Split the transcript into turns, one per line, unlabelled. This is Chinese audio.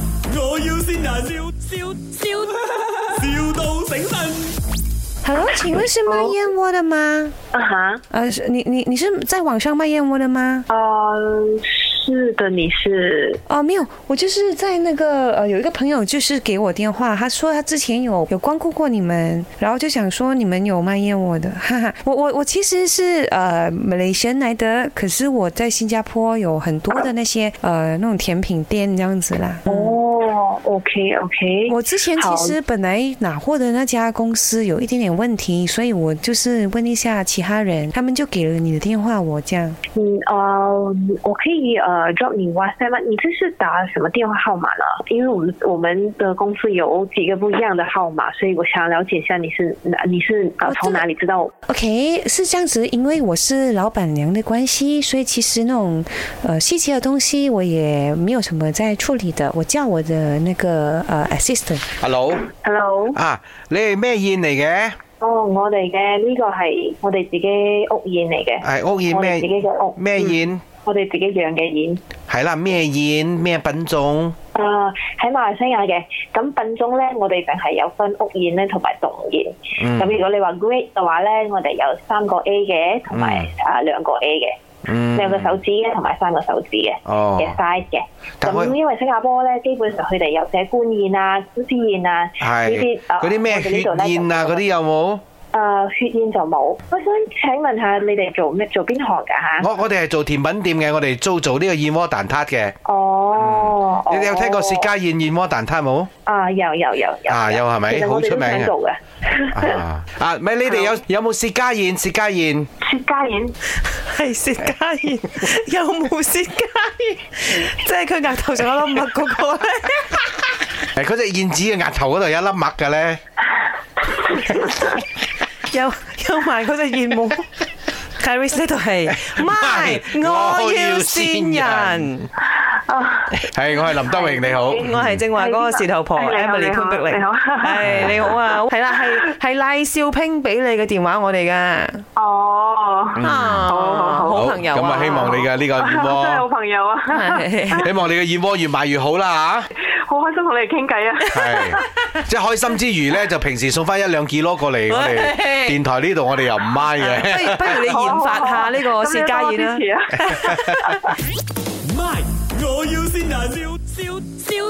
要先人，笑笑笑，,笑到醒神。
Hello，请问是卖燕窝的吗？
啊哈，
呃，是你你你是在网上卖燕窝的吗？
啊，是的，你是
哦，没有，我就是在那个呃，有一个朋友就是给我电话，他说他之前有有光顾过你们，然后就想说你们有卖燕窝的， 哈哈。我我我其实是呃马来西亚来的，可是我在新加坡有很多的那些呃那种甜品店这样子啦。嗯
哦，OK OK，
我之前其
好
实本来拿货的那家公司有一点点问题，所以我就是问一下其他人，他们就给了你的电话，我这样。
嗯呃，我可以呃 drop 你 WhatsApp 吗？你这是打什么电话号码了？因为我们我们的公司有几个不一样的号码，所以我想了解一下你是哪你是呃
哦这
从
个
哪里知道我？
OK，是这样子，因为我是老板娘的关系，所以其实那种呃细节的东西我也没有什么在处理的。我叫我的那个呃 assistant，
Hello，
Hello，
啊，你係咩宴嚟嘅？
哦，我哋嘅呢個係我哋自己屋苑嚟嘅，
係屋宴
我哋
咩
自己嘅屋
啊咩
嗯
宴？
我哋自己養嘅燕。
係啦，咩宴？咩品種？
啊，喺馬來西亞嘅，咁品種咧，我哋淨係有分屋燕咧同埋洞燕。
嗯
咁、如果你話 grade 嘅話咧，我哋有三個 A 嘅，同埋啊兩個 A 嘅，
嗯，
兩個手指嘅同埋三個手指嘅
哦
嘅 size 嘅。
但可以
咁因為新加坡咧，基本上佢哋有寫官燕啊、公司燕啊呢
係
啲啊
嗰啲咩血宴啊？嗰啲。有冇？
誒呃血燕就冇。我想請問下你哋做咩做邊行㗎嚇？
我我哋係做甜品店嘅，我哋租做呢個燕窩蛋撻嘅。
哦，
嗯你有聽過薛
哦
家燕燕窩蛋 撻冇？
啊？有有有有
啊有係咪
其實我哋都
好出名嘅
想做嘅。
啊，啊，咪你哋有有冇薛家燕？薛家燕
薛家燕。
係薛家燕，有冇薛家燕？即係佢額頭上有粒墨嗰個咧。
係嗰只燕子嘅額頭嗰度有一粒墨嘅咧。
有有埋嗰隻燕帽。Caris 呢度係 My，我要善人。
啊，
係，我係林德榮，你好。
我係正話嗰個舌頭婆
係你好
Emily
你好
潘碧玲。
你好
係你好啊，係啦，係係賴少拼俾你嘅電話我哋噶。
哦，
啊，好朋友啊。
咁啊，希望你嘅呢個燕
我 真係好
窩，
朋友啊，
係
希望你嘅燕窩越賣越好啦啊
好開心同你哋傾偈啊！
吓。係，即係開心之餘咧，就平時送翻一兩幾 l 過嚟我哋
喂
電台呢度，我哋又唔咪 嘅。
不如不如你研發下呢個薛家燕啦。
啦。
My，我要先人，笑笑笑，